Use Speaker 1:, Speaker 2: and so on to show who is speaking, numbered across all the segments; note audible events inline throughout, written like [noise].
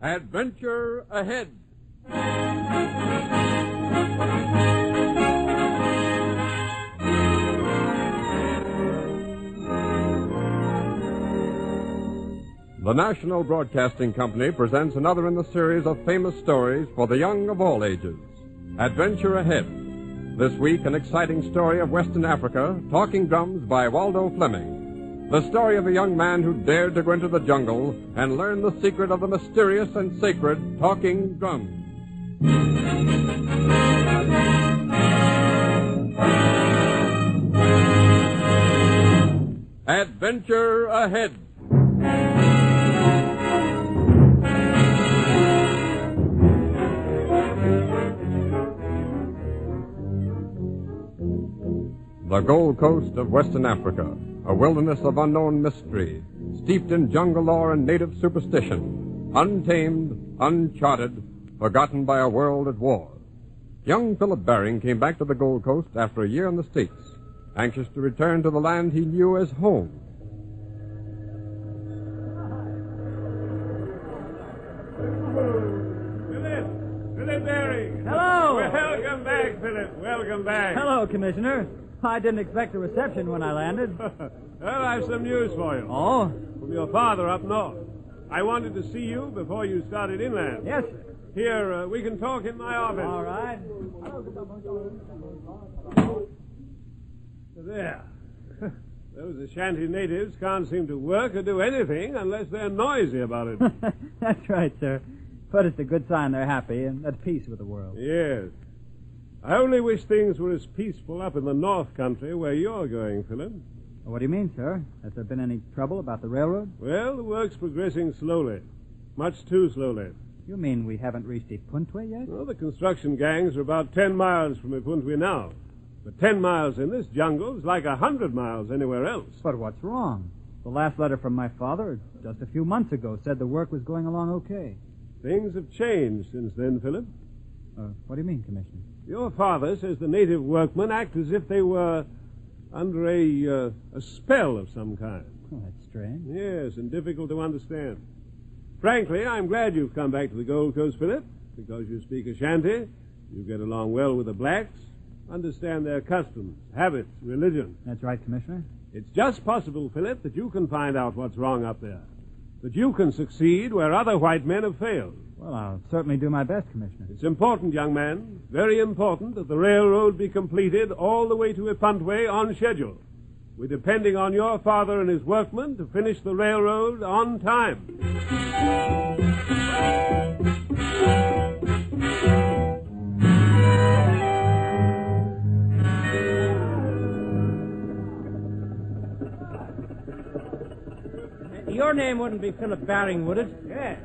Speaker 1: Adventure ahead. The National Broadcasting Company presents another in the series of famous stories for the young of all ages Adventure Ahead. This week, an exciting story of Western Africa, Talking Drums by Waldo Fleming. The story of a young man who dared to go into the jungle and learn the secret of the mysterious and sacred talking drum. Adventure ahead. The Gold Coast of Western Africa, a wilderness of unknown mystery, steeped in jungle lore and native superstition, untamed, uncharted, forgotten by a world at war. Young Philip Baring came back to the Gold Coast after a year in the States, anxious to return to the land he knew as home.
Speaker 2: Philip! Philip Baring!
Speaker 3: Hello.
Speaker 2: Welcome back, Philip. Welcome back.
Speaker 3: Hello, Commissioner. I didn't expect a reception when I landed.
Speaker 2: well, I've some news for you.
Speaker 3: Oh?
Speaker 2: From your father up north. I wanted to see you before you started inland.
Speaker 3: Yes, sir.
Speaker 2: Here, uh, we can talk in my office.
Speaker 3: All right.
Speaker 2: There. [laughs] Those Ashanti natives can't seem to work or do anything unless they're noisy about
Speaker 3: [laughs]
Speaker 2: it.
Speaker 3: That's right, sir. But it's a good sign they're happy and at peace with the world.
Speaker 2: yes. I only wish things were as peaceful up in the north country where you're going, Philip.
Speaker 3: What do you mean, sir? Has there been any trouble about the railroad?
Speaker 2: Well, the work's progressing slowly. Much too slowly.
Speaker 3: You mean we haven't reached Ipuntwe yet?
Speaker 2: Well, the construction gangs are about ten miles from Ipuntwe now. But ten miles in this jungle is like a hundred miles anywhere else.
Speaker 3: But what's wrong? The last letter from my father, just a few months ago, said the work was going along okay.
Speaker 2: Things have changed since then, Philip.
Speaker 3: Uh, what do you mean, Commissioner?
Speaker 2: Your father says the native workmen act as if they were under a, uh, a spell of some kind.
Speaker 3: Well, that's strange.
Speaker 2: Yes, and difficult to understand. Frankly, I'm glad you've come back to the Gold Coast, Philip, because you speak Ashanti, you get along well with the blacks, understand their customs, habits, religion.
Speaker 3: That's right, Commissioner.
Speaker 2: It's just possible, Philip, that you can find out what's wrong up there. That you can succeed where other white men have failed.
Speaker 3: Well, I'll certainly do my best, Commissioner.
Speaker 2: It's important, young man, very important, that the railroad be completed all the way to Ipuntwe on schedule. We're depending on your father and his workmen to finish the railroad on time.
Speaker 4: Your name wouldn't be Philip Baring, would it?
Speaker 3: Yes.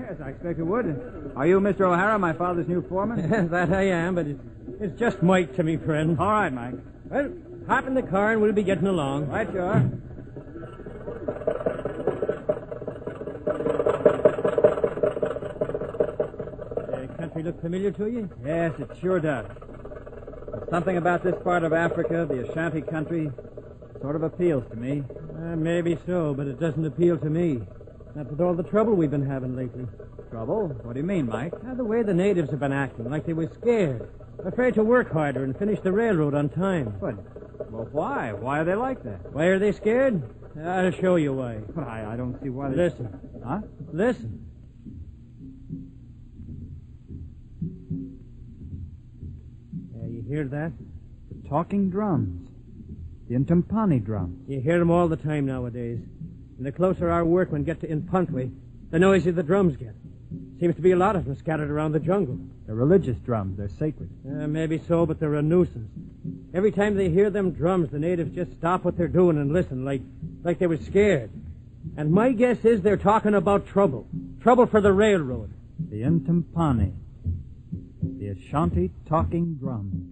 Speaker 3: Yes, I expect it would. Are you Mr. O'Hara, my father's new foreman?
Speaker 4: [laughs] that I am, but it, it's just Mike to me, friend.
Speaker 3: All right, Mike.
Speaker 4: Well, hop in the car and we'll be getting along.
Speaker 3: Right, you are.
Speaker 4: The country look familiar to you?
Speaker 3: Yes, it sure does. There's something about this part of Africa, the Ashanti country, sort of appeals to me.
Speaker 4: Uh, maybe so, but it doesn't appeal to me. Not with all the trouble we've been having lately.
Speaker 3: Trouble? What do you mean, Mike?
Speaker 4: Now, the way the natives have been acting, like they were scared, afraid to work harder and finish the railroad on time.
Speaker 3: What? Well, why? Why are they like that?
Speaker 4: Why are they scared? I'll show you why.
Speaker 3: But I, I don't see why they...
Speaker 4: Listen,
Speaker 3: Huh?
Speaker 4: listen. Yeah, you hear that?
Speaker 3: The talking drums. The Intampani drums.
Speaker 4: You hear them all the time nowadays. And the closer our workmen get to Impuntwe, the noisier the drums get. Seems to be a lot of them scattered around the jungle.
Speaker 3: They're religious drums. They're sacred.
Speaker 4: Uh, maybe so, but they're a nuisance. Every time they hear them drums, the natives just stop what they're doing and listen, like, like they were scared. And my guess is they're talking about trouble. Trouble for the railroad.
Speaker 3: The Intampani. The Ashanti talking drums.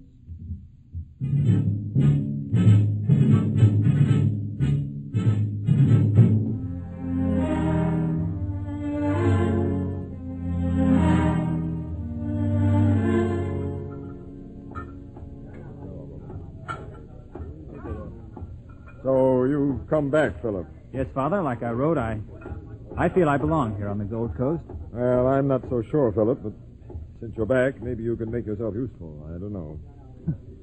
Speaker 1: So you've come back, Philip.
Speaker 3: Yes, Father, like I wrote, I I feel I belong here on the Gold Coast.
Speaker 1: Well, I'm not so sure, Philip, but since you're back, maybe you can make yourself useful. I don't know.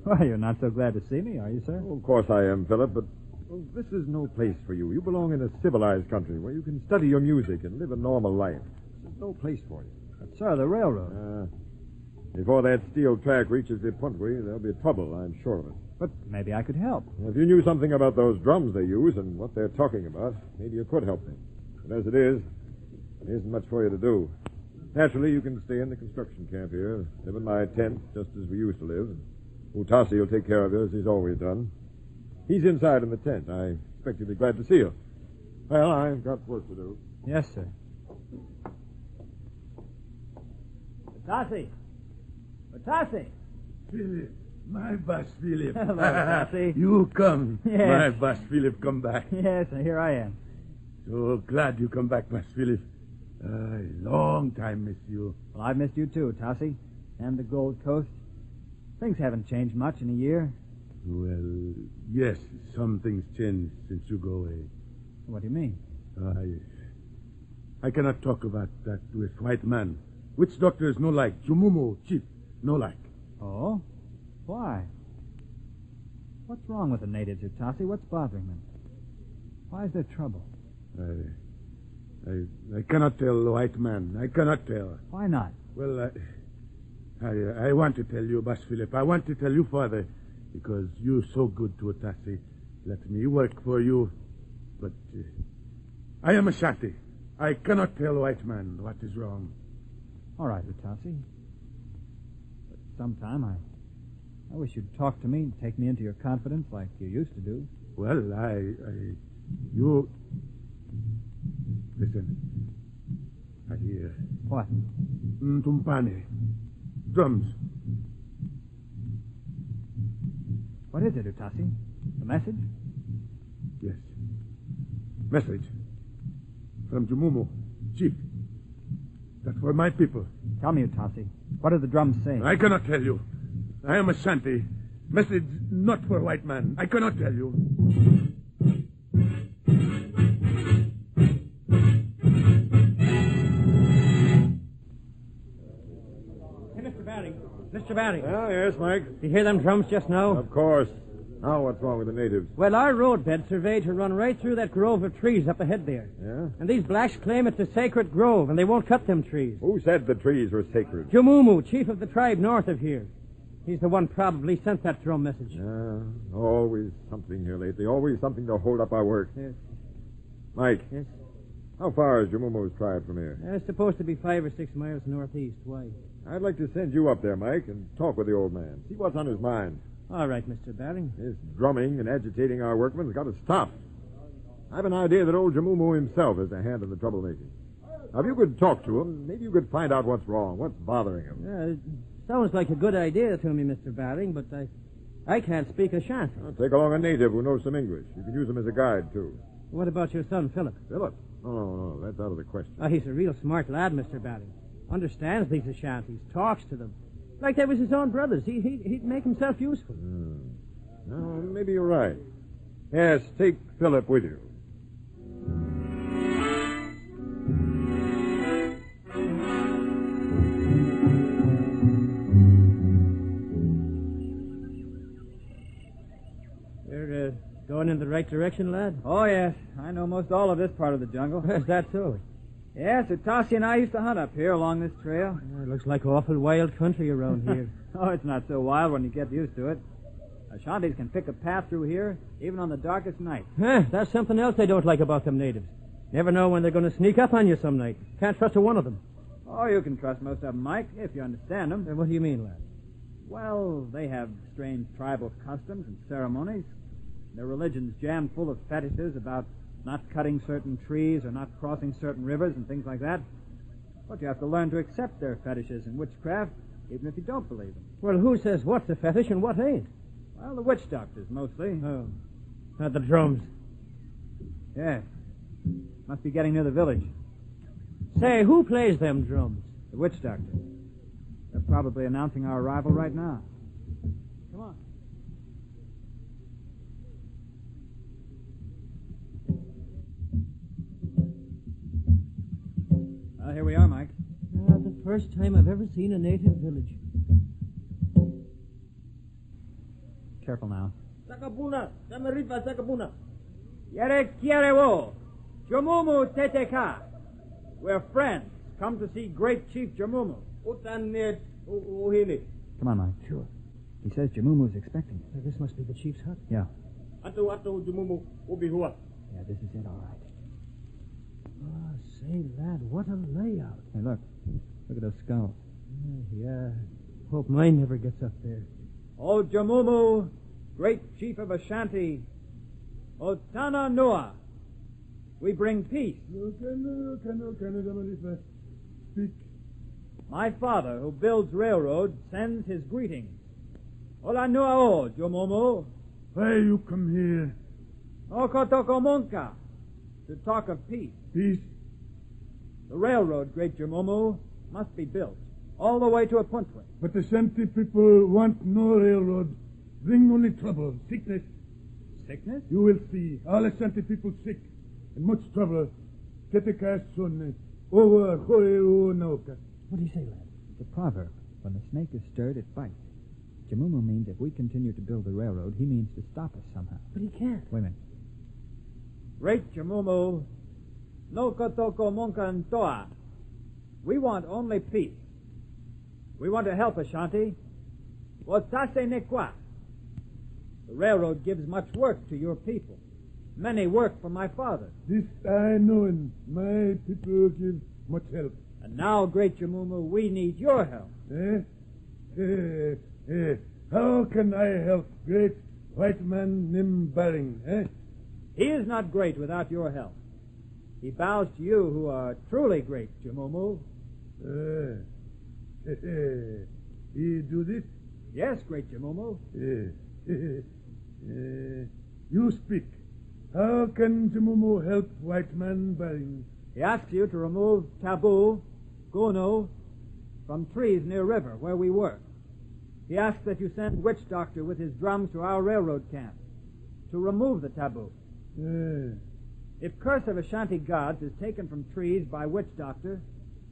Speaker 3: Well, you're not so glad to see me, are you, sir?
Speaker 1: Of course I am, Philip, but well, this is no place for you. You belong in a civilized country where you can study your music and live a normal life. There's no place for you.
Speaker 3: But, sir, the railroad.
Speaker 1: Uh, before that steel track reaches the Puntwee, there'll be trouble, I'm sure of it.
Speaker 3: But maybe I could help.
Speaker 1: If you knew something about those drums they use and what they're talking about, maybe you could help me. But as it is, there isn't much for you to do. Naturally, you can stay in the construction camp here, live in my tent, just as we used to live. Utasi will take care of you as he's always done. He's inside in the tent. I expect you'll be glad to see you. Well, I've got work to do.
Speaker 3: Yes, sir.
Speaker 4: Tassi! Tassi!
Speaker 5: My boss, Philip.
Speaker 3: Hello, Patsy.
Speaker 5: You come.
Speaker 3: Yes.
Speaker 5: My boss, Philip, come back.
Speaker 3: Yes, and here I am.
Speaker 5: So glad you come back, boss, Philip. Uh, long time, miss you.
Speaker 3: Well, I've missed you too, Tossie, and the Gold Coast. Things haven't changed much in a year.
Speaker 5: Well, yes, some things changed since you go away.
Speaker 3: What do you mean?
Speaker 5: I, I cannot talk about that with white man. Which doctor is no like? Jumumo, chief, no like.
Speaker 3: Oh? Why? What's wrong with the natives, Utasi? What's bothering them? Why is there trouble?
Speaker 5: I, I, I cannot tell the white man. I cannot tell.
Speaker 3: Why not?
Speaker 5: Well, I, I, I want to tell you, Bas Philip. I want to tell you, Father, because you're so good to Otasi. Let me work for you. But uh, I am Ashanti. I cannot tell white man what is wrong.
Speaker 3: All right, Utasi. But sometime I. I wish you'd talk to me and take me into your confidence like you used to do.
Speaker 5: Well, I, I, you, listen. I hear
Speaker 3: What?
Speaker 5: ntumpane, drums.
Speaker 3: What is it, Utasi? The message?
Speaker 5: Yes. Message from Jumumo, chief. That for my people.
Speaker 3: Tell me, Utasi. What do the drums say?
Speaker 5: I cannot tell you. I am Ashanti. Message not for white man. I cannot tell you.
Speaker 4: Hey, Mr. Batting. Mr. Batting.
Speaker 1: Oh, yes, Mike.
Speaker 4: Do you hear them drums just now?
Speaker 1: Of course. Now, what's wrong with the natives?
Speaker 4: Well, our roadbed surveyed to run right through that grove of trees up ahead there.
Speaker 1: Yeah?
Speaker 4: And these blacks claim it's a sacred grove, and they won't cut them trees.
Speaker 1: Who said the trees were sacred?
Speaker 4: Jumumu, chief of the tribe north of here. He's the one probably sent that drum message.
Speaker 1: Yeah, Uh, always something here lately. Always something to hold up our work.
Speaker 4: Yes.
Speaker 1: Mike,
Speaker 4: Yes.
Speaker 1: how far is Jumumo's tribe from here?
Speaker 4: And it's supposed to be five or six miles northeast. Why?
Speaker 1: I'd like to send you up there, Mike, and talk with the old man. See what's on his mind.
Speaker 4: All right, Mr. Batting.
Speaker 1: This drumming and agitating our workmen's got to stop. I've an idea that old Jamumu himself is a hand in the troublemaking. Now, if you could talk to him, maybe you could find out what's wrong, what's bothering him.
Speaker 4: Yeah, it Uh, sounds like a good idea to me, Mr. Batting, but I, I can't speak Ashanti.
Speaker 1: Now, take along a native who knows some English. You can use him as a guide, too.
Speaker 4: What about your son, Philip?
Speaker 1: Philip? No, no, no, that's out of the question.
Speaker 4: Oh, he's a real smart lad, Mr. Batting. Understands these Ashantis, talks to them. Like they was his own brothers. He, he, he'd make himself useful.
Speaker 1: No, maybe you're right. Yes, take Philip with you.
Speaker 4: You're uh, going in the right direction, lad?
Speaker 3: Oh, yes. I know most all of this part of the jungle.
Speaker 4: Is that so?
Speaker 3: yes, Utasi and I used to hunt up here along this trail.
Speaker 4: Oh, it looks like awful wild country around here.
Speaker 3: [laughs] oh, it's not so wild when you get used to it. Ashantis can pick a path through here, even on the darkest night.
Speaker 4: Huh, that's something else they don't like about them natives. Never know when they're going to sneak up on you some night. Can't trust a one of them.
Speaker 3: Oh, you can trust most of them, Mike, if you understand them.
Speaker 4: Uh, what do you mean, lad?
Speaker 3: Well, they have strange tribal customs and ceremonies. Their religion's jammed full of fetishes about not cutting certain trees or not crossing certain rivers and things like that. But you have to learn to accept their fetishes and witchcraft, even if you don't believe them.
Speaker 4: Well, who says what's a fetish and what ain't?
Speaker 3: Well, the witch doctors mostly.
Speaker 4: Oh, not the drums.
Speaker 3: Yes. Must be getting near the village.
Speaker 4: Say, who plays them drums?
Speaker 3: The witch doctors. They're probably announcing our arrival right now. Come on. Uh, here we are, Mike.
Speaker 4: Not Ah, the first time I've ever seen a native village.
Speaker 3: Careful now.
Speaker 4: Sakabuna, Samariva Sakabuna. Yerek Kierewo,
Speaker 3: Jamumu Teteka. We're friends. Come to see great chief Jamumu.
Speaker 4: Utanet Uhili.
Speaker 3: Come on, Mike. Sure. He says Jamumu's expecting us.
Speaker 4: This must be the chief's hut.
Speaker 3: Yeah.
Speaker 4: Atu Atu Jumumu Ubihua.
Speaker 3: Yeah, this is it, all right.
Speaker 4: Ah, say, lad, what a layout.
Speaker 3: Hey, look. Look at those skulls.
Speaker 4: Yeah. Hope mine never gets up there.
Speaker 3: O Jamumu, great chief of Ashanti, O Tana Noa, we bring peace.
Speaker 5: Speak.
Speaker 3: My father, who builds railroads, sends his greetings. Ola Nuao, Jomomo,
Speaker 5: Why you come here?
Speaker 3: Okotokomonka, to talk of peace.
Speaker 5: Peace.
Speaker 3: The railroad, great Jomomo, must be built all the way to Apuntwe.
Speaker 5: But the Shanty people want no railroad. Bring only trouble, sickness.
Speaker 3: Sickness?
Speaker 5: You will see. All the Shanty people sick and much trouble. Teteka son over Horeo Naoka.
Speaker 3: What do you say, lad? It's a proverb. When the snake is stirred, it bites. Jamumu means if we continue to build the railroad, he means to stop us somehow.
Speaker 4: But he can't.
Speaker 3: Wait a minute. Great Jamumu, no kotoko monkantoa. We want only peace. We want to help Ashanti. Watase ne kwa. The railroad gives much work to your people. Many work for my father.
Speaker 5: This I know, and my people give much help.
Speaker 3: And now, great Jamumu, we need your help.
Speaker 5: Eh? Eh, eh. How can I help great white man named Baring, eh?
Speaker 3: He is not great without your help. He bows to you who are truly great, Jamumu.
Speaker 5: Eh. Eh, eh. He do this?
Speaker 3: Yes, great Jamumu.
Speaker 5: Eh. Eh. Eh. You speak. How can Jamumu help white man Baring?
Speaker 3: He asks you to remove taboo, gono, from trees near river where we work. He asks that you send witch doctor with his drums to our railroad camp to remove the taboo.
Speaker 5: Eh.
Speaker 3: If curse of Ashanti gods is taken from trees by witch doctor,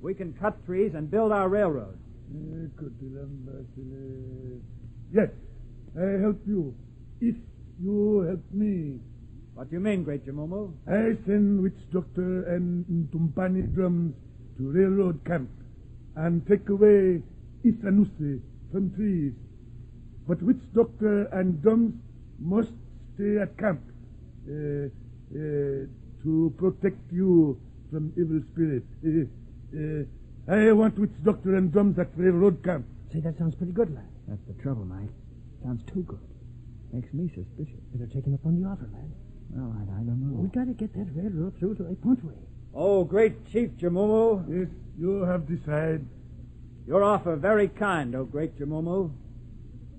Speaker 3: we can cut trees and build our railroad.
Speaker 5: Eh, Kutilambasile. Yes, I help you. If you help me,
Speaker 3: What do you mean, great Jamumu?
Speaker 5: I send witch doctor and Ntumpani drums to railroad camp and take away Isanuse from trees. But witch doctor and drums must stay at camp uh, uh, to protect you from evil spirit. Eh, eh, I want witch doctor and drums at railroad camp.
Speaker 4: Say, that sounds pretty good, lad.
Speaker 3: That's the trouble, Mike. Sounds too good. Makes me suspicious.
Speaker 4: Better take him up on the offer, lad.
Speaker 3: Well, I, I don't know.
Speaker 4: We gotta get that railroad through to Apuntwe.
Speaker 3: Oh, great Chief Jamumu,
Speaker 5: Yes, you have decided.
Speaker 3: your offer very kind, oh great Jamumu.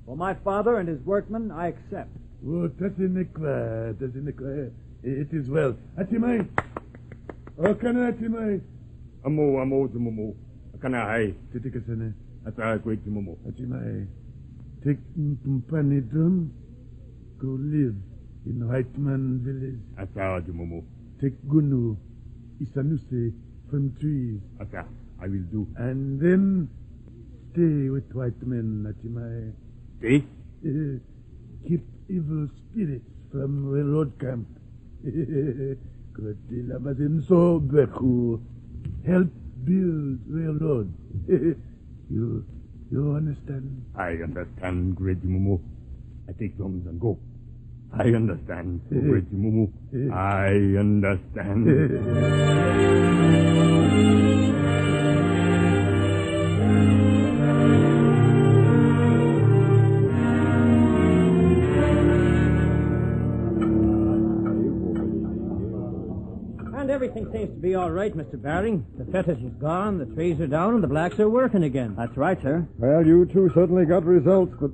Speaker 3: For my father and his workmen, I accept.
Speaker 5: Oh, Tatinikwa, Tatinikwa. It is well. Atimai. Oh, can I Atimai?
Speaker 6: Amo, amo, jumumu. Kana hai,
Speaker 5: Titikasana.
Speaker 6: ata great jumumu.
Speaker 5: Atimai. Take Mtumpani drum. Go live in white man village.
Speaker 6: Ata jumumu.
Speaker 5: Take Gunu, Isanuse from trees.
Speaker 6: Ata, I will do.
Speaker 5: And then stay with white men, Atimai.
Speaker 6: See?
Speaker 5: Eh, keep evil spirits from railroad camp. [laughs] Kotila Mazinso Beku. Help build railroad. [laughs] you you understand?
Speaker 6: I understand, great jumumu. I take drums and go. I
Speaker 1: [laughs]
Speaker 6: understand, great jumumu. I understand.
Speaker 4: And everything seems to be all right, Mr. Baring. The fetish is gone, the trees are down, and the blacks are working again.
Speaker 3: That's right, sir.
Speaker 1: [laughs] Well, you two certainly got results, but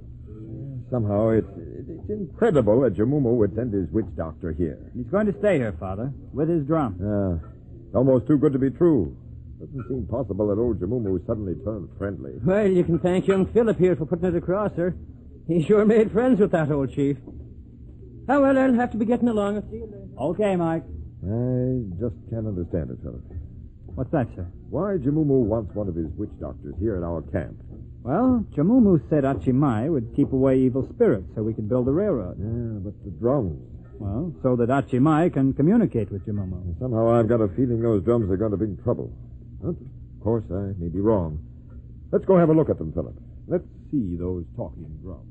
Speaker 1: somehow it, it, it's incredible that Jamumu would send his witch doctor here.
Speaker 3: He's going to stay here, Father, with his drum.
Speaker 1: Uh, almost too good to be true. Doesn't seem possible that old Jamumu suddenly turned friendly.
Speaker 4: Well, you can thank young Philip here for putting it across, sir. He sure made friends with that old chief. Oh, well, I'll have to be getting along. I'll see you later.
Speaker 3: Okay, Mike.
Speaker 1: I just can't understand it, Philip.
Speaker 3: What's that, sir?
Speaker 1: Why Jamumu wants one of his witch doctors here at our camp.
Speaker 3: Well, Jamumu said Achimai would keep away evil spirits so we could build a railroad.
Speaker 1: Yeah, Ah, but the drums.
Speaker 3: Well, so that Achimai can communicate with Jamumu.
Speaker 1: Somehow I've got a feeling those drums are going to bring trouble. But, of course, I may be wrong. Let's go have a look at them, Philip. Let's see those talking drums.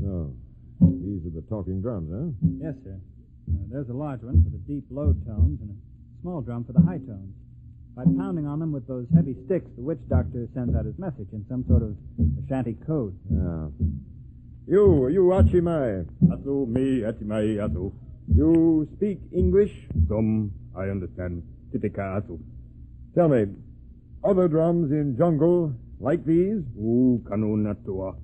Speaker 1: So, these are the talking drums, huh?
Speaker 3: Yes, sir. Uh, there's a large one for the deep, low tones and a small drum for the high tones. By pounding on them with those heavy sticks, the witch doctor sends out his message in some sort of Ashanti code.
Speaker 1: Yeah. You, you Achimai,
Speaker 7: Ato me atimai ato.
Speaker 1: you speak English?
Speaker 7: Some I understand. Titika ato.
Speaker 1: Tell me, other drums in jungle like these?
Speaker 7: U kanu natua.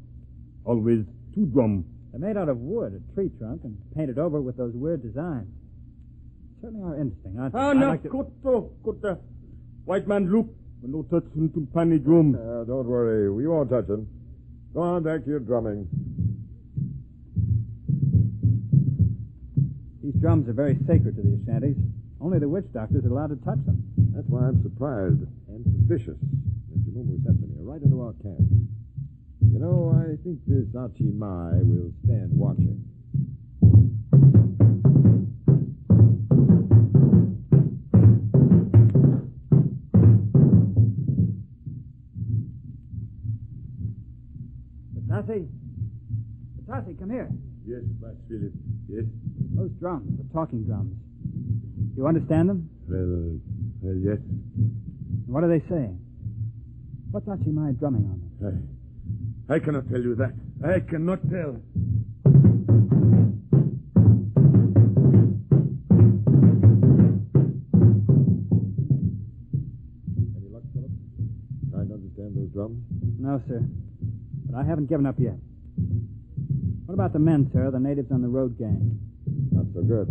Speaker 7: Always two drum.
Speaker 3: They're made out of wood, a tree trunk, and painted over with those weird designs. Certainly are interesting, aren't they?
Speaker 7: Ah,
Speaker 1: Oh,
Speaker 3: I'd
Speaker 7: na
Speaker 3: like to-
Speaker 7: koto kota. White man loop. No touch into pani drum.
Speaker 1: Uh, don't worry, we won't touch them. Go on back to your drumming.
Speaker 3: These drums are very sacred to the Ashantis. Only the witch doctors are allowed to touch them.
Speaker 1: That's why I'm surprised and suspicious that Jamumu sent them here right into our camp. You know, I think this Achimai will stand watching.
Speaker 3: Batasi! Batasi, come here.
Speaker 5: Yes, Bass Philip. Yes.
Speaker 3: Those drums, the talking drums. You understand them?
Speaker 5: Well, well yes.
Speaker 3: And What are they saying? What's Achimai drumming on them?
Speaker 5: I, I cannot tell you that. I cannot tell.
Speaker 1: Any luck, Philip? Trying to understand those drums?
Speaker 3: No, sir. But I haven't given up yet. What about the men, sir? The natives on the road gang?
Speaker 1: Not so good.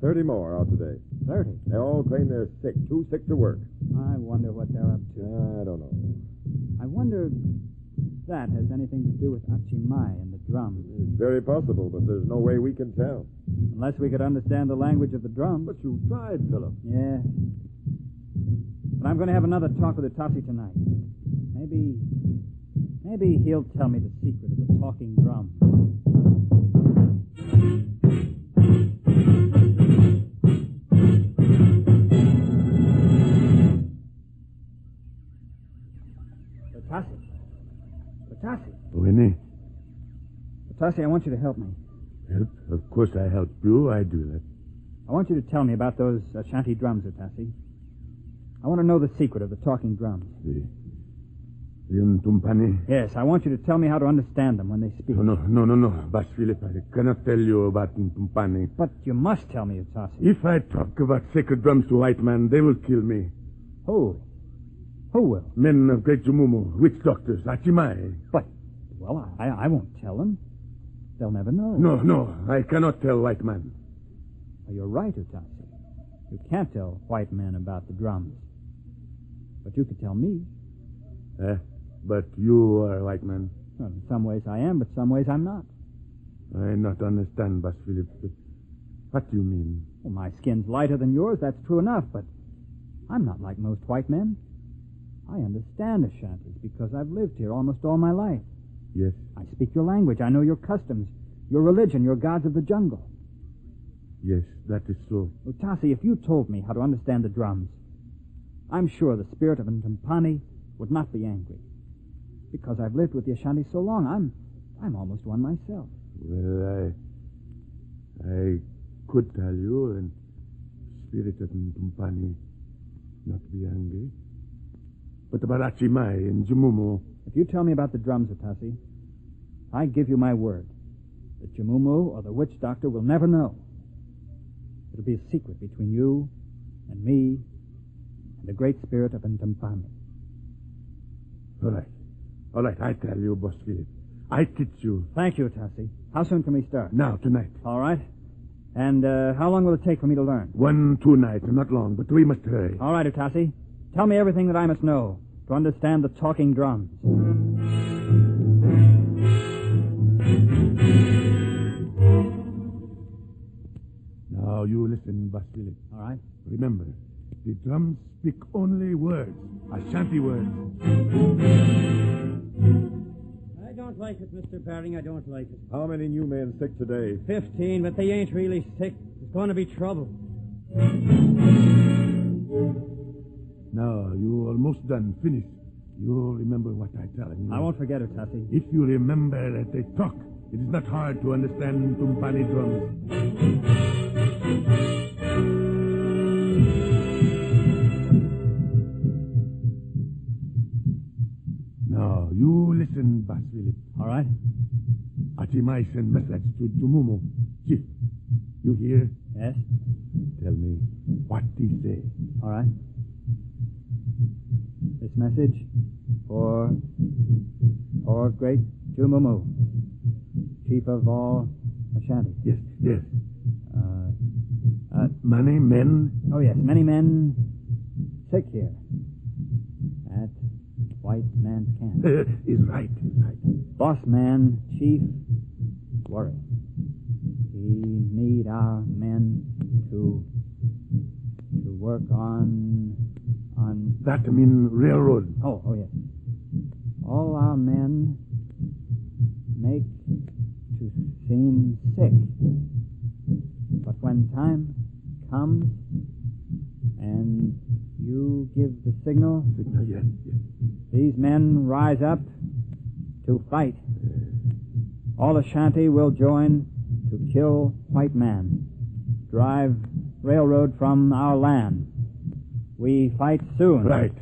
Speaker 1: Thirty more out today.
Speaker 3: Thirty.
Speaker 1: They all claim they're sick, too sick to work.
Speaker 3: I wonder what they're up to.
Speaker 1: I don't know.
Speaker 3: I wonder if that has anything to do with Achimai and the drums.
Speaker 1: It's very possible, but there's no way we can tell.
Speaker 3: Unless we could understand the language of the drums.
Speaker 1: you tried, Philip.
Speaker 3: Yeah. But I'm going to have another talk with Itasi tonight. Maybe. Maybe he'll tell me the secret of the talking drum. Itasi. Itasi.
Speaker 5: Oh, Winnie,
Speaker 3: Itasi, I want you to help me.
Speaker 5: help. Of course I help you. I do that.
Speaker 3: I want you to tell me about those Ashanti drums, Itasi. I want to know the secret of the talking drums.
Speaker 5: The, the Untumpani.
Speaker 3: Yes, I want you to tell me how to understand them when they speak.
Speaker 5: No, no, no, no, no. Bass Philip, I cannot tell you about Untumpani.
Speaker 3: But you must tell me, Utasi.
Speaker 5: If I talk about sacred drums to white man, they will kill me.
Speaker 3: Who? Who will?
Speaker 5: Men of Great Jumumu, witch doctors, Achimai.
Speaker 3: But, well, I, I won't tell them. They'll never know.
Speaker 5: No, no, I cannot tell white man.
Speaker 3: Well, You're right, Utasi. You can't tell white men about the drums. But you could tell me.
Speaker 5: Eh? But you are a white man.
Speaker 3: Well, in some ways I am, but some ways I'm not.
Speaker 5: I not understand, Bass Philip. What do you mean?
Speaker 3: Well, my skin's lighter than yours, that's true enough, but I'm not like most white men. I understand Ashantis because I've lived here almost all my life.
Speaker 5: Yes.
Speaker 3: I speak your language. I know your customs, your religion, your gods of the jungle.
Speaker 5: Yes, that is so.
Speaker 3: Utasi, if you told me how to understand the drums, I'm sure the spirit of Ntampani would not be angry. Because I've lived with the Ashanti so long, I'm, I'm almost one myself.
Speaker 5: Well, I, I could tell you, and spirit of Mpumpani, not be angry. But about Achimai and Jumumu,
Speaker 3: If you tell me about the drums, Utasi, I give you my word that Jamumu or the witch doctor will never know. It'll be a secret between you and me and the great spirit of Ntampani.
Speaker 5: all right, all right, I tell you, Boss Philip, I teach you
Speaker 3: Thank you, Utasi. How soon can we start?
Speaker 5: now tonight.
Speaker 3: All right. And uh, how long will it take for me to learn?
Speaker 5: One, two nights, not long, but we must hurry.
Speaker 3: All right, Utasi. Tell me everything that I must know to understand the talking drums.
Speaker 5: you listen, Bas Philip.
Speaker 3: All right?
Speaker 5: Remember, the drums speak only words, Ashanti words.
Speaker 4: I don't like it, Mr. Baring. I don't like it.
Speaker 1: How many new men sick today?
Speaker 4: Fifteen, but they ain't really sick. There's going to be trouble.
Speaker 5: Now, you're almost done. Finish. You'll remember what I tell you.
Speaker 3: I won't forget her, Tussie.
Speaker 5: If you remember that they talk, it is not hard to understand Tumpani drums. Now, you listen, Bas Philip.
Speaker 3: All right?
Speaker 5: Atimai send message to Jumumu. Chief, you hear?
Speaker 3: Yes?
Speaker 5: Tell me what he say.
Speaker 3: All right? This message for, for great Jumumu, chief of all Ashanti.
Speaker 5: Yes, yes.
Speaker 3: Uh,
Speaker 5: Money, men, [laughs]
Speaker 3: Oh, yes, many men sick here at White Man's
Speaker 5: [laughs]
Speaker 3: Camp.
Speaker 5: is right, is right.
Speaker 3: Boss man, chief, worry. We need our men to to work on on.
Speaker 5: That mean railroad.
Speaker 3: Oh, oh yes. All our men make to seem sick, but when time comes and you give the signal,
Speaker 5: Signal, yes, yes.
Speaker 3: these men rise up to fight. All Ashanti will join to kill white man, drive railroad from our land. We fight soon.
Speaker 5: Right.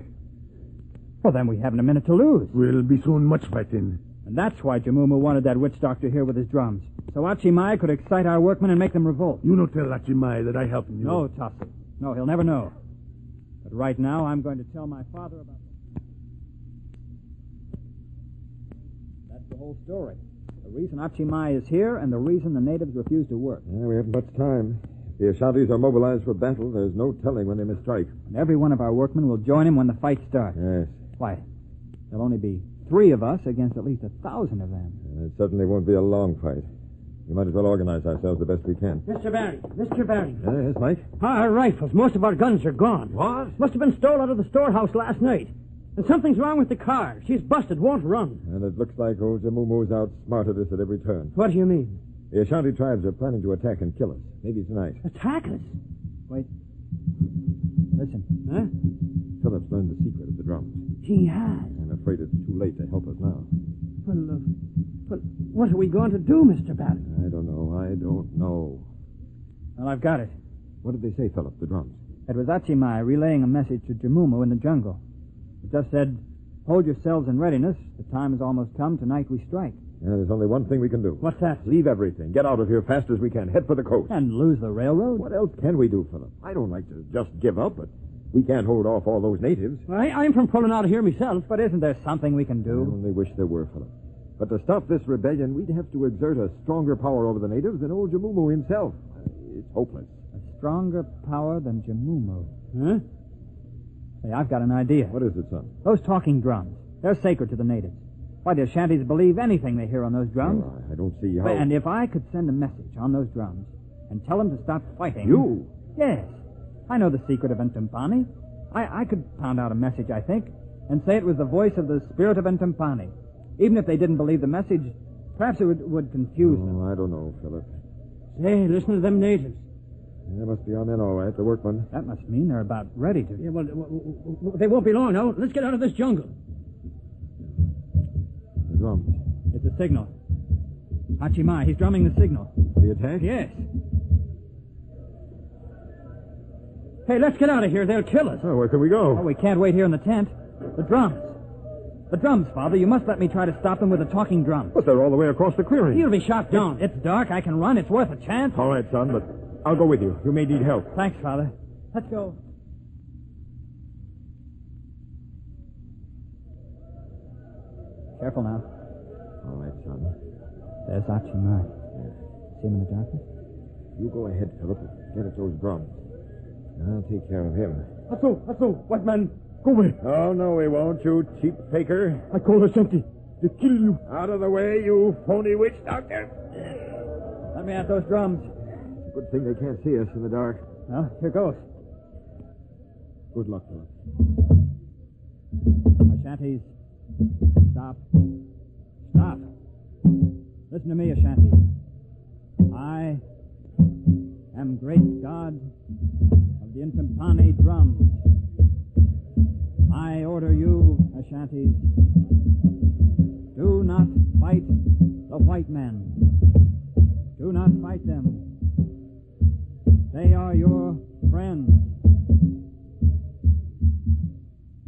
Speaker 3: Well, then we haven't a minute to lose.
Speaker 5: Will be soon much fighting.
Speaker 3: And that's why Jamuma wanted that witch doctor here with his drums. So Achimai could excite our workmen and make them revolt.
Speaker 5: You no tell Lachimai that I helping you.
Speaker 3: No, Tossie. No, he'll never know. But right now, I'm going to tell my father about this. That's the whole story. The reason Achimai is here and the reason the natives refuse to work.
Speaker 1: Yeah, we haven't much time. The Ashantis are mobilized for battle. There's no telling when they may strike.
Speaker 3: And every one of our workmen will join him when the fight starts.
Speaker 1: Yes,
Speaker 3: Why? There'll only be three of us against at least a thousand of them.
Speaker 1: and it certainly won't be a long fight. We might as well organize ourselves the best we can.
Speaker 4: Mr. Baring, Mr. Baring.
Speaker 1: Yeah, yes, Mike?
Speaker 4: Our Ah, rifles, most of our guns are gone.
Speaker 1: What?
Speaker 4: Must have been stole out of the storehouse last night. And something's wrong with the car. She's busted, won't run.
Speaker 1: And it looks like old Jamumu's outsmarted us at every turn.
Speaker 4: What do you mean?
Speaker 1: The Ashanti tribes are planning to attack and kill us. Maybe tonight.
Speaker 4: Attack us?
Speaker 3: Wait. Listen.
Speaker 4: Huh?
Speaker 1: Phillips learned the secret of the drums.
Speaker 4: She has.
Speaker 1: I'm afraid it's too late to help us now.
Speaker 4: Well, uh, well, what are we going to do, Mr. Baring?
Speaker 1: I don't know. I don't know.
Speaker 3: Well, I've got it.
Speaker 1: What did they say, Phillips? The drums?
Speaker 3: It was Achimai relaying a message to Jamumu in the jungle. It just said, Hold yourselves in readiness. The time has almost come. Tonight we strike.
Speaker 1: Yeah, there's only one thing we can do.
Speaker 4: What's that?
Speaker 1: Leave everything. Get out of here fast as we can. Head for the coast.
Speaker 3: And lose the railroad?
Speaker 1: What else can we do, Philip? I don't like to just give up, but we can't hold off all those natives.
Speaker 4: I, I'm from pulling out of here myself.
Speaker 3: But isn't there something we can
Speaker 1: I
Speaker 3: do?
Speaker 1: only wish there were, Philip. But to stop this rebellion, we'd have to exert a stronger power over the natives than old Jamumu himself. It's hopeless.
Speaker 3: A stronger power than Jamumu.
Speaker 4: Huh?
Speaker 3: Hey, I've got an idea.
Speaker 1: What is it, son?
Speaker 3: Those talking drums, they're sacred to the natives. Why, the Ashantis believe anything they hear on those drums.
Speaker 1: Oh, I- I don't see how.
Speaker 3: And if I could send a message on those drums and tell them to stop fighting.
Speaker 1: You?
Speaker 3: Yes. I know the secret of Entumpani. I, I could pound out a message, I think, and say it was the voice of the spirit of Entumpani. Even if they didn't believe the message, perhaps it would, would confuse them.
Speaker 1: Oh, I don't know, Philip.
Speaker 4: Oh. Hey, listen to them natives.
Speaker 1: They must be our men, all right, the workmen.
Speaker 3: That must mean they're about ready to.
Speaker 4: Yeah, well, w- w- w- they won't be long now. Let's get out of this jungle.
Speaker 1: The drums.
Speaker 3: It's a signal. Hachimai, he's drumming the signal.
Speaker 1: The attack?
Speaker 3: Yes.
Speaker 4: Hey, let's get out of here. They'll kill us.
Speaker 1: Oh, where can we go?
Speaker 3: Oh, we can't wait here in the tent. The drums. The drums, Father. You must let me try to stop them with a talking drum.
Speaker 1: But they're all the way across the clearing.
Speaker 4: You'll be shot down. Oh.
Speaker 3: It's dark. I can run. It's worth a chance.
Speaker 1: All right, son, but I'll go with you. You may need help.
Speaker 3: Thanks, Father. Let's go. Careful now.
Speaker 1: All right, son.
Speaker 3: There's Achimai. See him in the darkness?
Speaker 1: You go ahead, Philip. Get at those drums. I'll take care of him.
Speaker 8: That's all, that's all. White man, go away.
Speaker 1: Oh, no, we won't, you cheap faker.
Speaker 8: I call Ashanti. They kill you.
Speaker 1: Out of the way, you phony witch doctor.
Speaker 3: Let me at those drums.
Speaker 9: Good thing they can't see us in the dark.
Speaker 3: Well, here goes.
Speaker 9: Good luck, Philip.
Speaker 3: Ashanti, stop. Stop. Listen to me, Ashanti. I am great god of the Intampani drums. I order you, Ashanti, do not fight the white men. Do not fight them. They are your friends.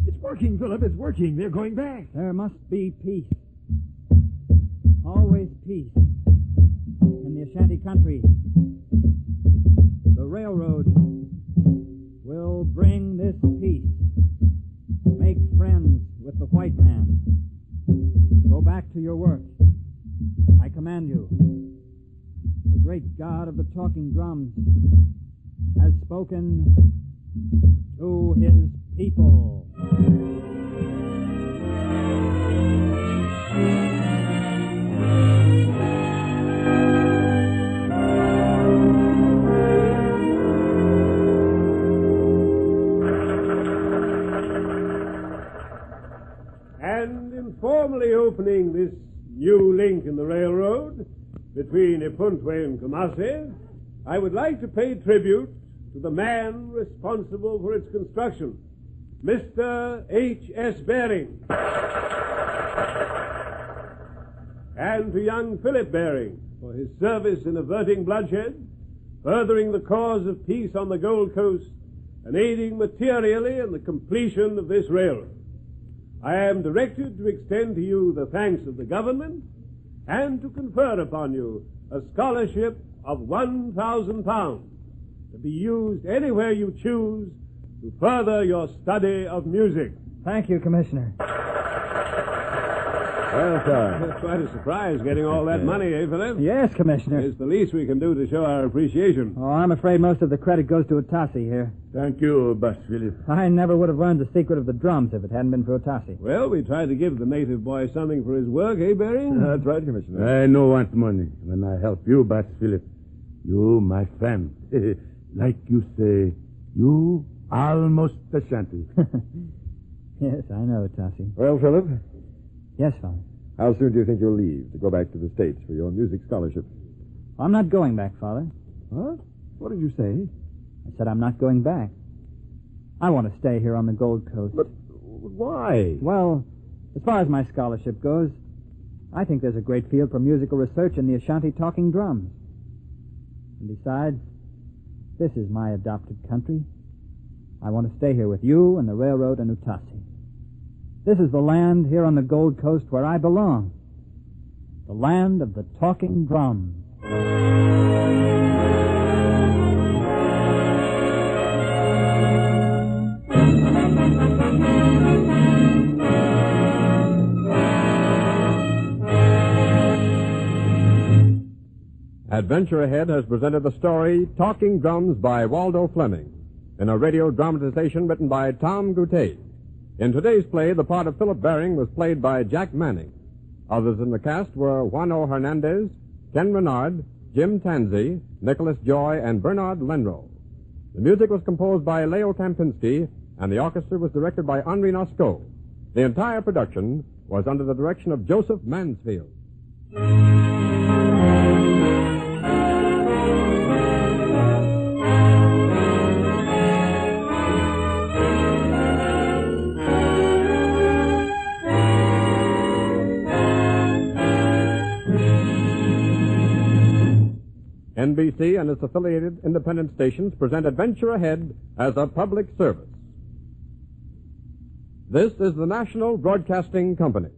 Speaker 6: It's working, Philip. It's working. They're going back.
Speaker 3: There must be peace. Always peace. In the Ashanti country, the railroad will bring this peace. Make friends with the white man. Go back to your work. I command you. The great God of the talking drums has spoken to his people.
Speaker 2: And informally opening this new link in the railroad between Ipuntwe and Kumasi, I would like to pay tribute to the man responsible for its construction, Mr. H.S. Bering. and to young Philip Bering for his service in averting bloodshed, furthering the cause of peace on the Gold Coast, and aiding materially in the completion of this railroad. I am directed to extend to you the thanks of the government and to confer upon you a scholarship of £1,000 to be used anywhere you choose to further your study of music.
Speaker 3: Thank you, Commissioner.
Speaker 9: Well done.
Speaker 2: That's quite a surprise getting all that money, eh, Philip?
Speaker 3: Yes, Commissioner.
Speaker 2: It's the least we can do to show our appreciation.
Speaker 3: Oh, I'm afraid most of the credit goes to Otasi here.
Speaker 5: Thank you, Bas Philip.
Speaker 3: I never would have learned the secret of the drums if it hadn't been for Otasi.
Speaker 2: Well, we tried to give the native boy something for his work, eh, Barry?
Speaker 9: That's right, Commissioner.
Speaker 5: I no want money when I help you, Bas Philip. You, my friend. [laughs] like you say, you almost Ashanti.
Speaker 3: Yes, I know, Otasi.
Speaker 9: Well, Philip,
Speaker 3: Yes, Father.
Speaker 9: how soon do you think you'll leave to go back to the States for your music scholarship?
Speaker 3: I'm not going back, Father.
Speaker 9: What? What did you say?
Speaker 3: I said I'm not going back. I want to stay here on the Gold Coast.
Speaker 9: But why?
Speaker 3: Well, as far as my scholarship goes, I think there's a great field for musical research in the Ashanti talking drums. And besides, this is my adopted country. I want to stay here with you and the railroad and Utasi. This is the land here on the Gold Coast where I belong. The land of the talking drums.
Speaker 1: Adventure Ahead has presented the story Talking Drums by Waldo Fleming in a radio dramatization written by Tom Goutet. In today's play, the part of Philip Baring was played by Jack Manning. Others in the cast were Juano Hernandez, Ken Renard, Jim Tanzi, Nicholas Joy, and Bernard Lenro. The music was composed by Leo Kempinski, and the orchestra was directed by Henri Nosco. The entire production was under the direction of Joseph Mansfield. NBC and its affiliated independent stations present Adventure Ahead as a public service. This is the National Broadcasting Company.